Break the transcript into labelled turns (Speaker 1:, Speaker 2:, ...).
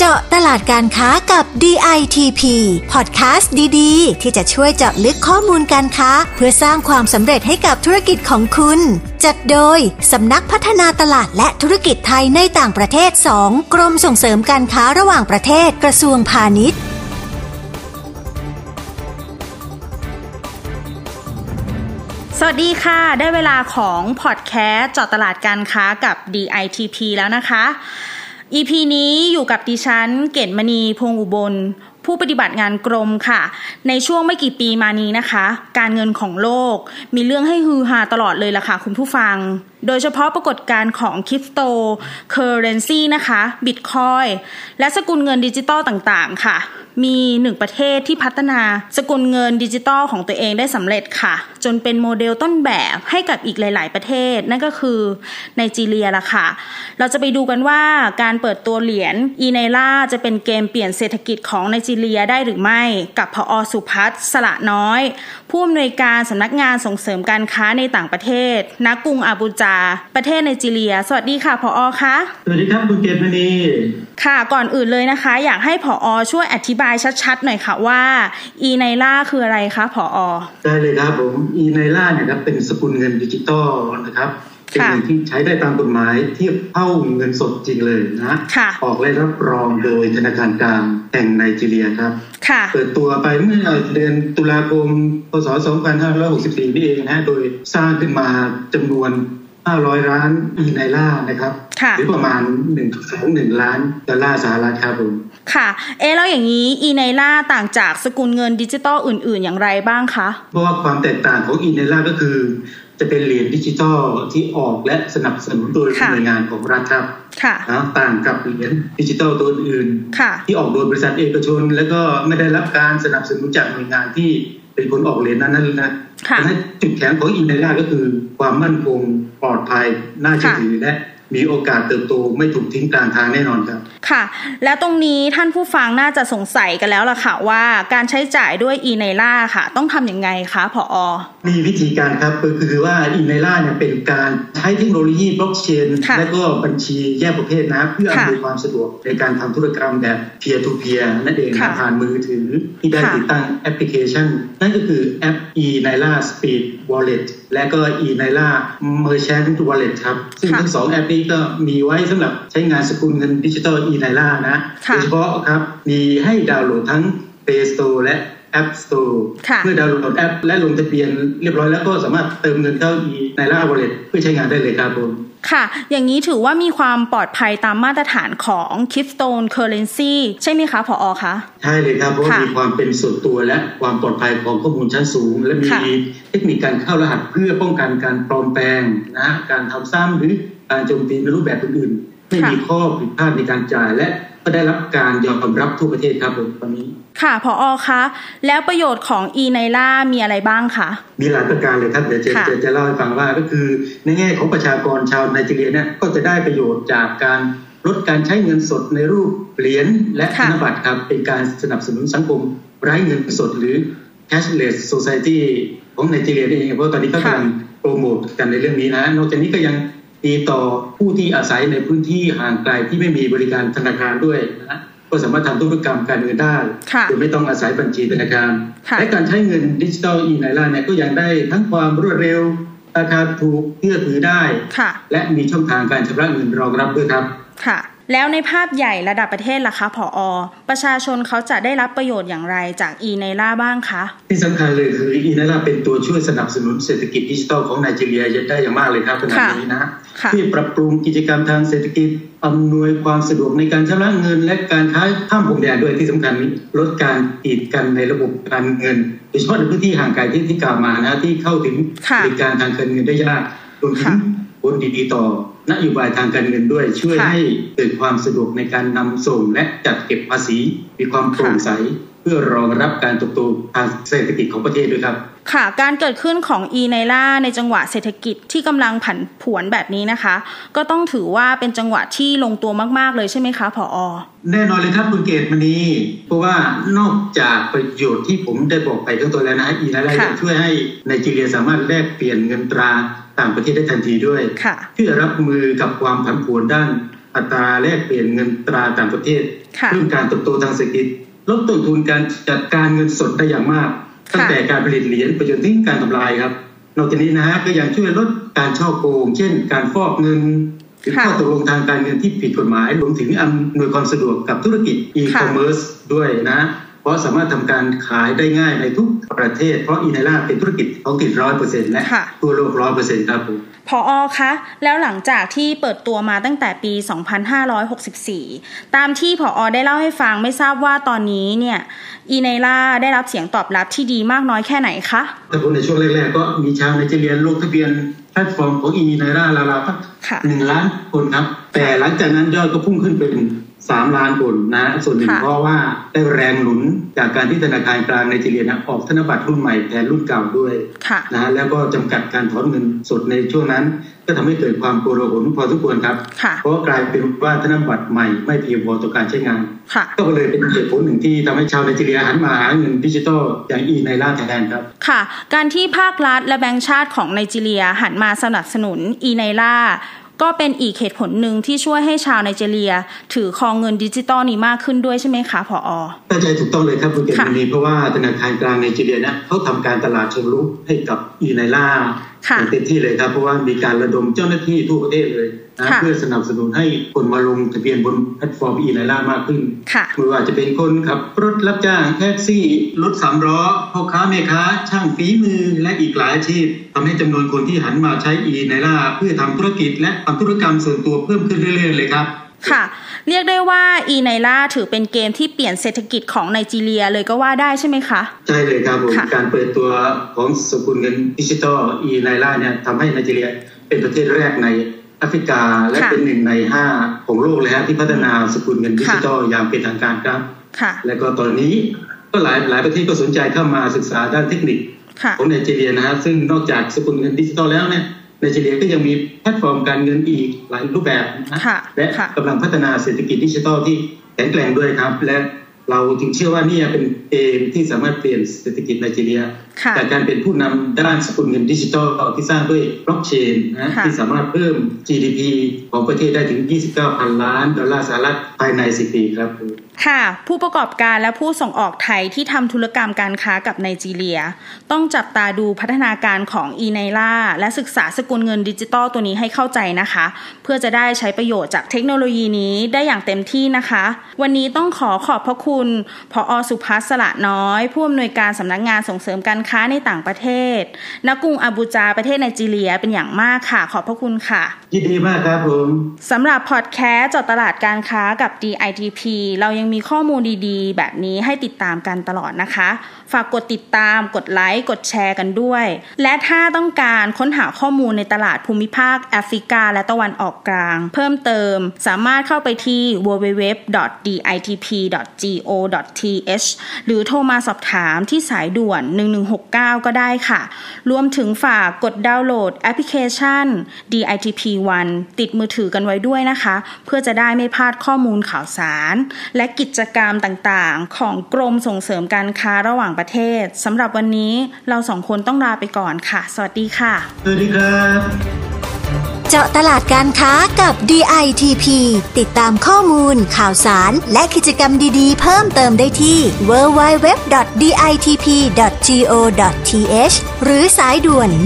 Speaker 1: เจาะตลาดการค้ากับ DITP พอดแคสต์ดีๆ ที่จะช่วยเจาะลึกข้อมูลการค้า เพื่อสร้างความสำเร็จให้กับธุรกิจของคุณ จัดโดยสำนักพัฒนาตลาดและธุรกิจไทยในต่างประเทศ 2 กรมส่งเสริมการค้าระหว่างประเทศกระทรวงพาณิชย์
Speaker 2: สวัสดีค่ะ ได้เวลาของพอดแคสต์เจาะตลาดการค้ากับ DITP แล้วนะคะ EP นี้อยู่กับดิฉัน เกตมณีพงษ์อุบล ผู้ปฏิบัติงานกรมค่ะ ในช่วงไม่กี่ปีมานี้นะคะ การเงินของโลก มีเรื่องให้ฮือฮาตลอดเลยล่ะค่ะคุณผู้ฟัง โดยเฉพาะปรากฏการณ์ของคริปโตเคอร์เรนซีนะคะบิตคอยและสกุลเงินดิจิตอลต่างๆ ค่ะ มีหนึ่งประเทศที่พัฒนาสกุลเงินดิจิตอลของตัวเองได้สำเร็จค่ะ จนเป็นโมเดลต้นแบบให้กับอีกหลาย ๆ ประเทศ นั่นก็คือไนจีเรียละค่ะ เราจะไปดูกันว่าการเปิดตัวเหรียญอีไนล่าจะเป็นเกมเปลี่ยนเศรษฐกิจของไนจีเรียได้หรือไม่ กับพอสุพัฒน์สละน้อย ผู้อำนวยการสำนักงานส่งเสริมการค้าในต่างประเทศณกรุงอาบูจา ประเทศไนจีเรีย สวัสดีค่ะพอคะ
Speaker 3: สวัสดีครับคุณเกตมณี
Speaker 2: ค่ะก่อนอื่นเลยนะคะ อยากให้ผออช่วยอธิบายชัดๆหน่อยค่ะว่าอีไนล่าคืออะไรคะผออ
Speaker 3: ได้เลยครับผมอีไนล่าเนี่ยครับเป็นสกุลเงินดิจิตอลนะครับเป็น
Speaker 2: ค่ะ
Speaker 3: เงินที่ใช้ได้ตามกฎหมายเทียบเท่าเงินสดจริงเลยนะ
Speaker 2: ค่ะ
Speaker 3: ออกและรับรองโดยธนาคารกลางแห่งไนจีเรียครับ
Speaker 2: ค่ะ
Speaker 3: เปิดตัวไปเมื่อเดือนตุลาคมพศ 2564 นี่เองนะฮะโดยสร้างขึ้นมาจำนวน 500 ล้านอีไนล่านะครับ
Speaker 2: ค่ะ
Speaker 3: หรือประมาณ 1.21 ล้านดอลลาร์สหรัฐครับผม
Speaker 2: ค่ะ เอะแล้วอย่างนี้อีไนล่าต่างจากสกุลเงินดิจิตอลอื่นๆ อย่างไรบ้างคะ
Speaker 3: เพราะว่าความแตกต่างของอีเนล่าก็คือ จะเป็นเหรียญดิจิทัลที่ออกและสนับสนุนโดย
Speaker 2: ค่ะ
Speaker 3: หน่วยงานของรัฐครับ
Speaker 2: ค่ะ
Speaker 3: นะต่างกับเหรียญดิจิทัลตัวอื่น
Speaker 2: ค่ะ
Speaker 3: ที่ออกโดยบริษัทเอกชน แล้วก็ไม่ได้รับการสนับสนุนจากหน่วยงานที่เป็นคนออกเหรียญนั้นๆนะ
Speaker 2: ค่ะ
Speaker 3: ดังนั้นจุดแข็งของอีเนล่าก็คือ ความมั่นคงปลอดภัยน่าเชื่อ
Speaker 2: ค่ะ
Speaker 3: ถือและมีโอกาสเติบโตไม่ถูกทิ้งกลางทางแน่นอนครับ
Speaker 2: ค่ะ และตรงนี้ท่านผู้ฟังน่าจะสงสัยกันแล้วล่ะค่ะว่าการใช้จ่ายด้วยอีไนล่าค่ะ ต้องทำยังไงคะผออ
Speaker 3: มีวิธีการครับก็คือว่าอีเมล่าเนี่ยเป็นการใช้เทคโนโลยีบล็อกเชน
Speaker 2: ค่ะ
Speaker 3: และก็บัญชีแยกประเภทนะ เพื่อ
Speaker 2: ค่ะ
Speaker 3: อำนวยความสะดวกในการทำธุรกรรมแบบเพียร์ทูเพียร์นั่นเองนะ
Speaker 2: ค่ะ
Speaker 3: ผ่านมือถือที่ได้
Speaker 2: ค่ะ
Speaker 3: ติดตั้งแอปพลิเคชัน นั่นก็คือแอป e n i l a Speed Wallet และก็ e n i l a Merchant Wallet ครับ ซึ่ง
Speaker 2: ค่ะ
Speaker 3: ทั้งสองแอปนี้ก็มีไว้สำหรับใช้งานสกุลเงินดิจิทัล e n i l a นะ
Speaker 2: ค่ะ
Speaker 3: โดยเฉพาะครับมีให้ดาวน์โหลดทั้ง Play Store และ App Store
Speaker 2: ค่ะ
Speaker 3: เมื่อ ดาวน์โหลดแอปและลงทะเบียนเรียบร้อยแล้วก็สามารถเติมเงินเข้าอีในล่าบริเลตเพื่อใช้งานได้เลยครับผม
Speaker 2: ค่ะ อย่างนี้ถือว่ามีความปลอดภัยตามมาตรฐานของคริปโตเคอร์เรนซีใช่ไหมคะผออคะ
Speaker 3: ใช่เลยครับเพราะว่า
Speaker 2: ค่ะ
Speaker 3: มีความเป็นส่วนตัวและความปลอดภัยของข้อมูลชั้นสูง และมี
Speaker 2: ค่ะ
Speaker 3: เทคนิคการเข้ารหัสเพื่อป้องกันการปลอมแปลงนะฮะการทำซ้ำหรือการโจมตีในรูปแบบอื่นๆไม่
Speaker 2: ค่ะ
Speaker 3: มีข้อผิดพลาดในการจ่าย และก็ได้รับการยอมรับทั่วประเทศครับผมตอนนี้
Speaker 2: ค่ะผออคะแล้วประโยชน์ของอีไนล่ามีอะไรบ้างคะ
Speaker 3: มีหลายประการเลยครับเดี๋ยวจะ
Speaker 2: ค่ะ
Speaker 3: จะจะเล่าให้ฟังว่าก็คือในแง่ของประชากรชาวไนจีเรียเนี่ยก็จะได้ประโยชน์จากการลดการใช้เงินสดในรูปเหรียญและธ
Speaker 2: ค่ะ
Speaker 3: นบัตรครับเป็นการสนับสนุนสังคมไร้เงินสดหรือ cashless society ของไนจีเรียนี่เองเพราะตอนนี้ก็กำลังโปรโมทกันในเรื่องนี้นะ นอกจากนี้ก็ยังดีต่อผู้ที่อาศัยในพื้นที่ห่างไกลที่ไม่มีบริการธนาคารด้วยนะก็สามารถทำธุรกรรมการเงินได้
Speaker 2: ค่ะ
Speaker 3: โดยไม่ต้องอาศัยบัญชีธนาคาร
Speaker 2: ค่ะ
Speaker 3: และการใช้เงินดิจิทัลอีไนล่าเนี่ยก็ยังได้ทั้งความรวดเร็ว ราคาถูกเชื่อถือได้
Speaker 2: ค่ะ
Speaker 3: และมีช่องทางการชำระเงินรองรับด้วยครับ
Speaker 2: ค่ะ แล้วในภาพใหญ่ระดับประเทศล่ะคะผออ ประชาชนเขาจะได้รับประโยชน์อย่างไรจากอีไนล่าบ้างคะ
Speaker 3: ที่สำคัญเลยคืออีไนล่าเป็นตัวช่วยสนับสนุนเศรษฐกิจดิจิทัลของไนจีเรียได้อย่างมากเลยครับขณะ
Speaker 2: ค่ะ
Speaker 3: นี้นะ
Speaker 2: ค่ะ
Speaker 3: ที่ปรับปรุงกิจกรรมทางเศรษฐกิจอำนวยความสะดวกในการชำระเงิน และการค้าข้ามพรมแดนด้วยที่สำคัญลดการตีดกันในระบบการเงินโดยเฉพาะในพื้นที่ห่างไกลที่ที่กล่าวมานะที่เข้าถึง
Speaker 2: ค่ะ
Speaker 3: บริการทางการเงินได้ยากรวมถึ
Speaker 2: ค่ะ
Speaker 3: งผลดีๆต่อนโยบายทางการเงินด้วย ช่วย
Speaker 2: ค่ะ
Speaker 3: ให้เกิดความสะดวกในการนำส่งและจัดเก็บภาษี มีความโปร่ง
Speaker 2: ค่ะ
Speaker 3: ใส เพื่อรองรับการเติบโตทางเศรษฐกิจของประเทศด้วยครับ
Speaker 2: ค่ะ การเกิดขึ้นของอีไนล่าในจังหวะเศรษฐกิจที่กำลังผันผวนแบบนี้นะคะ ก็ต้องถือว่าเป็นจังหวะที่ลงตัวมากๆเลยใช่ไหมคะผออ
Speaker 3: แน่นอนเลยครับคุณเกตมณีเพราะว่านอกจากประโยชน์ที่ผมได้บอกไปข้างต้นแล้วนะฮะอีนาไล
Speaker 2: ค่ะ
Speaker 3: ยังช่วยให้ไนจีเรียสามารถแลกเปลี่ยนเงินตราต่างประเทศได้ทันทีด้วย
Speaker 2: ค่ะ
Speaker 3: เพื่อรับมือกับความผันผวนด้านอ อัตราแลกเปลี่ยนเงินตราต่างประเทศ
Speaker 2: ค่ะ
Speaker 3: เพิ่มการเติบโตทางเศรษฐกิจลดต้นทุนการจัดการเงินสดได้อย่างมาก ตั้งแต่การผลิตเหรียญไปจนถึงการทำลายครับ นอกจากนี้นะฮะก็ยังช่วยลดการช่อโกง เช่น การฟอกเงินหรือ
Speaker 2: ค่ะ
Speaker 3: ข้อตกลงทางการเงินที่ผิดกฎหมายรวมถึงอำนวยความสะดวกกับธุรกิจ e ีคอมเมิร์ซด้วยนะ เพราะสามารถทำการขายได้ง่ายในทุกประเทศ เพราะอีเนล่าเป็นธุรกิจท้องถิ่นร้อยเปอร์เซ็นต์และ
Speaker 2: ค่ะ
Speaker 3: ทั่วโลกร้อยเปอร์เซ็นต์ครับผม
Speaker 2: พออคะแล้วหลังจากที่เปิดตัวมาตั้งแต่ปี 2564 ตามที่พออได้เล่าให้ฟังไม่ทราบว่าตอนนี้เนี่ยอีไนล่าได้รับเสียงตอบรับที่ดีมากน้อยแค่ไหนคะ
Speaker 3: ถ้าพูดในช่วงแรกๆ ก็มีชาวไนจีเรียลงทะเบียนแพลตฟอร์มของอีไนร่าลาลาพัก
Speaker 2: ค่ะ
Speaker 3: หนึ่งล้านคนครับ แต่หลังจากนั้นยอดก็พุ่งขึ้นเป็นสามล้านคนนะ ส่วนหนึ่งเพราะว่าได้แรงหนุนจากการที่ธนาคารกลางไนจีเรียนะออกธนบัตรรุ่นใหม่แทนรุ่นเก่าด้วย
Speaker 2: ค่ะ
Speaker 3: นะฮะแล้วก็จำกัดการถอนเงินสดในช่วงนั้น ก็ทำให้เกิดความโกลาหลพอสมควรครับ
Speaker 2: ค่ะ
Speaker 3: เพราะว่ากลายเป็นว่าธนบัตรใหม่ไม่เพียงพอต่อการใช้งาน
Speaker 2: ค่ะ
Speaker 3: ก็เลยเป็นเหตุผลหนึ่งที่ทำให้ชาวไนจีเรียหันมาหาเงินดิจิทัลอย่างอีไนร่าแทนครับ
Speaker 2: ค่ะ การที่ภาครัฐและแบงก์ชาติของไนจีเรียหันมาสนับสนุนอีไนล่าก็เป็นอีกเหตุผลหนึ่งที่ช่วยให้ชาวไนจีเรีย ถือครองเงินดิจิตอลนี้มากขึ้นด้วยใช่ไหมคะพออ
Speaker 3: น่าจะถูกต้องเลยครับคุณเกศ
Speaker 2: ค่ะ
Speaker 3: มณีเพราะว่าธนาคารกลางไนจีเรียนะเขาทำการตลาดเชิงรุกให้กับอีไนล่า
Speaker 2: ค่ะ
Speaker 3: อย่างเต็มที่เลยครับ เพราะว่ามีการระดมเจ้าหน้าที่ทั่วประเทศเลยนะ
Speaker 2: ค่ะ
Speaker 3: เพื่อสนับสนุนให้คนมาลงทะเบียนบนแพลตฟอร์มอีไนล่ามากขึ้น
Speaker 2: ค่ะ
Speaker 3: ไม่ว่าจะเป็นคนขับรถรับจ้างแท็กซี่ รถสามล้อพ่อค้าแม่ค้า ช่างฝีมือและอีกหลายอาชีพทำให้จำนวนคนที่หันมาใช้อีไนล่าเพื่อทำธุรกิจและทำธุรกรรมส่วนตัวเพิ่มขึ้นเรื่อยๆเลยครับ
Speaker 2: ค่ะ เรียกได้ว่าอีไนล่าถือเป็นเกมที่เปลี่ยนเศรษฐกิจของไนจีเรียเลยก็ว่าได้ใช่ไหมคะ
Speaker 3: ใช่เลยครับผม
Speaker 2: ค่ะ
Speaker 3: การเปิดตัวของสกุลเงินดิจิทัลอีไนล่าเนี่ยทำให้ไนจีเรียเป็นประเทศแรกในแอฟริกา และเป็นหนึ่งในห้าของโลกเลยฮะที่พัฒนาสกุลเงินดิจิทัลอย่างเป็นทางการครับ
Speaker 2: ค่ะ
Speaker 3: และก็ตอนนี้ก็หลายหลายประเทศก็สนใจเข้ามาศึกษาด้านเทคนิค
Speaker 2: ค่ะ
Speaker 3: ของไนจีเรียนะฮะซึ่งนอกจากสกุลเงินดิจิทัลแล้วเนี่ยไนจีเรียก็ยังมีแพลตฟอร์มการเงินอีกหลายรูปแบบนะฮะ
Speaker 2: ค่ะ
Speaker 3: และ
Speaker 2: ค่ะ
Speaker 3: กำลังพัฒนาเศรษฐกิจดิจิทัลที่แข็งแกร่งด้วยครับ และเราจึงเชื่อว่าเนี่ยเป็นเกมที่สามารถเปลี่ยนเศรษฐกิจไนจีเรีย
Speaker 2: ค่ะ
Speaker 3: จากการเป็นผู้นำด้านสกุลเงินดิจิทัลที่สร้างด้วยบล็อกเชนนะ
Speaker 2: ค่ะ
Speaker 3: ที่สามารถเพิ่ม GDP ของประเทศได้ถึง 29,000 ล้านดอลลาร์สหรัฐภายใน 10 ปีครับ
Speaker 2: ค่ะ ผู้ประกอบการและผู้ส่งออกไทยที่ทำธุรกรรมการค้ากับไนจีเรีย ต้องจับตาดูพัฒนาการของอีไนล่าและศึกษาสกุลเงินดิจิตอลตัวนี้ให้เข้าใจนะคะ เพื่อจะได้ใช้ประโยชน์จากเทคโนโลยีนี้ได้อย่างเต็มที่นะคะ วันนี้ต้องขอขอบพระคุณพออสุภัสสละน้อย ผู้อำนวยการสำนักงานส่งเสริมการค้าในต่างประเทศณกรุงอาบูจาประเทศไนจีเรียเป็นอย่างมากค่ะ ขอบพระคุณค่ะ
Speaker 3: ยินดีมากครับผม
Speaker 2: สำหรับพอดแคสต์เจอดตลาดการค้ากับ DITP เรายังมีข้อมูลดีๆ แบบนี้ให้ติดตามกันตลอดนะคะ ฝากกดติดตามกดไลค์ กดแชร์กันด้วย และถ้าต้องการค้นหาข้อมูลในตลาดภูมิภาคแอฟริกา และตะวันออกกลาง เพิ่มเติมสามารถเข้าไปที่ www.ditp.go.th หรือโทรมาสอบถามที่สายด่วน 1169 ก็ได้ค่ะ รวมถึงฝากกดดาวน์โหลดแอปพลิเคชัน DITP One ติดมือถือกันไว้ด้วยนะคะ เพื่อจะได้ไม่พลาดข้อมูลข่าวสาร และกิจกรรมต่างๆ ของกรมส่งเสริมการค้าระหว่างประเทศสำหรับวันนี้เราสองคนต้องลาไปก่อนค่ะ สวัสดีค่ะ
Speaker 3: สวัสดีครับ
Speaker 1: เจาะตลาดการค้ากับ DITP ติดตามข้อมูล ข่าวสาร และกิจกรรมดี ๆ เพิ่มเติมได้ที่ www.ditp.go.th หรือสายด่วน 1169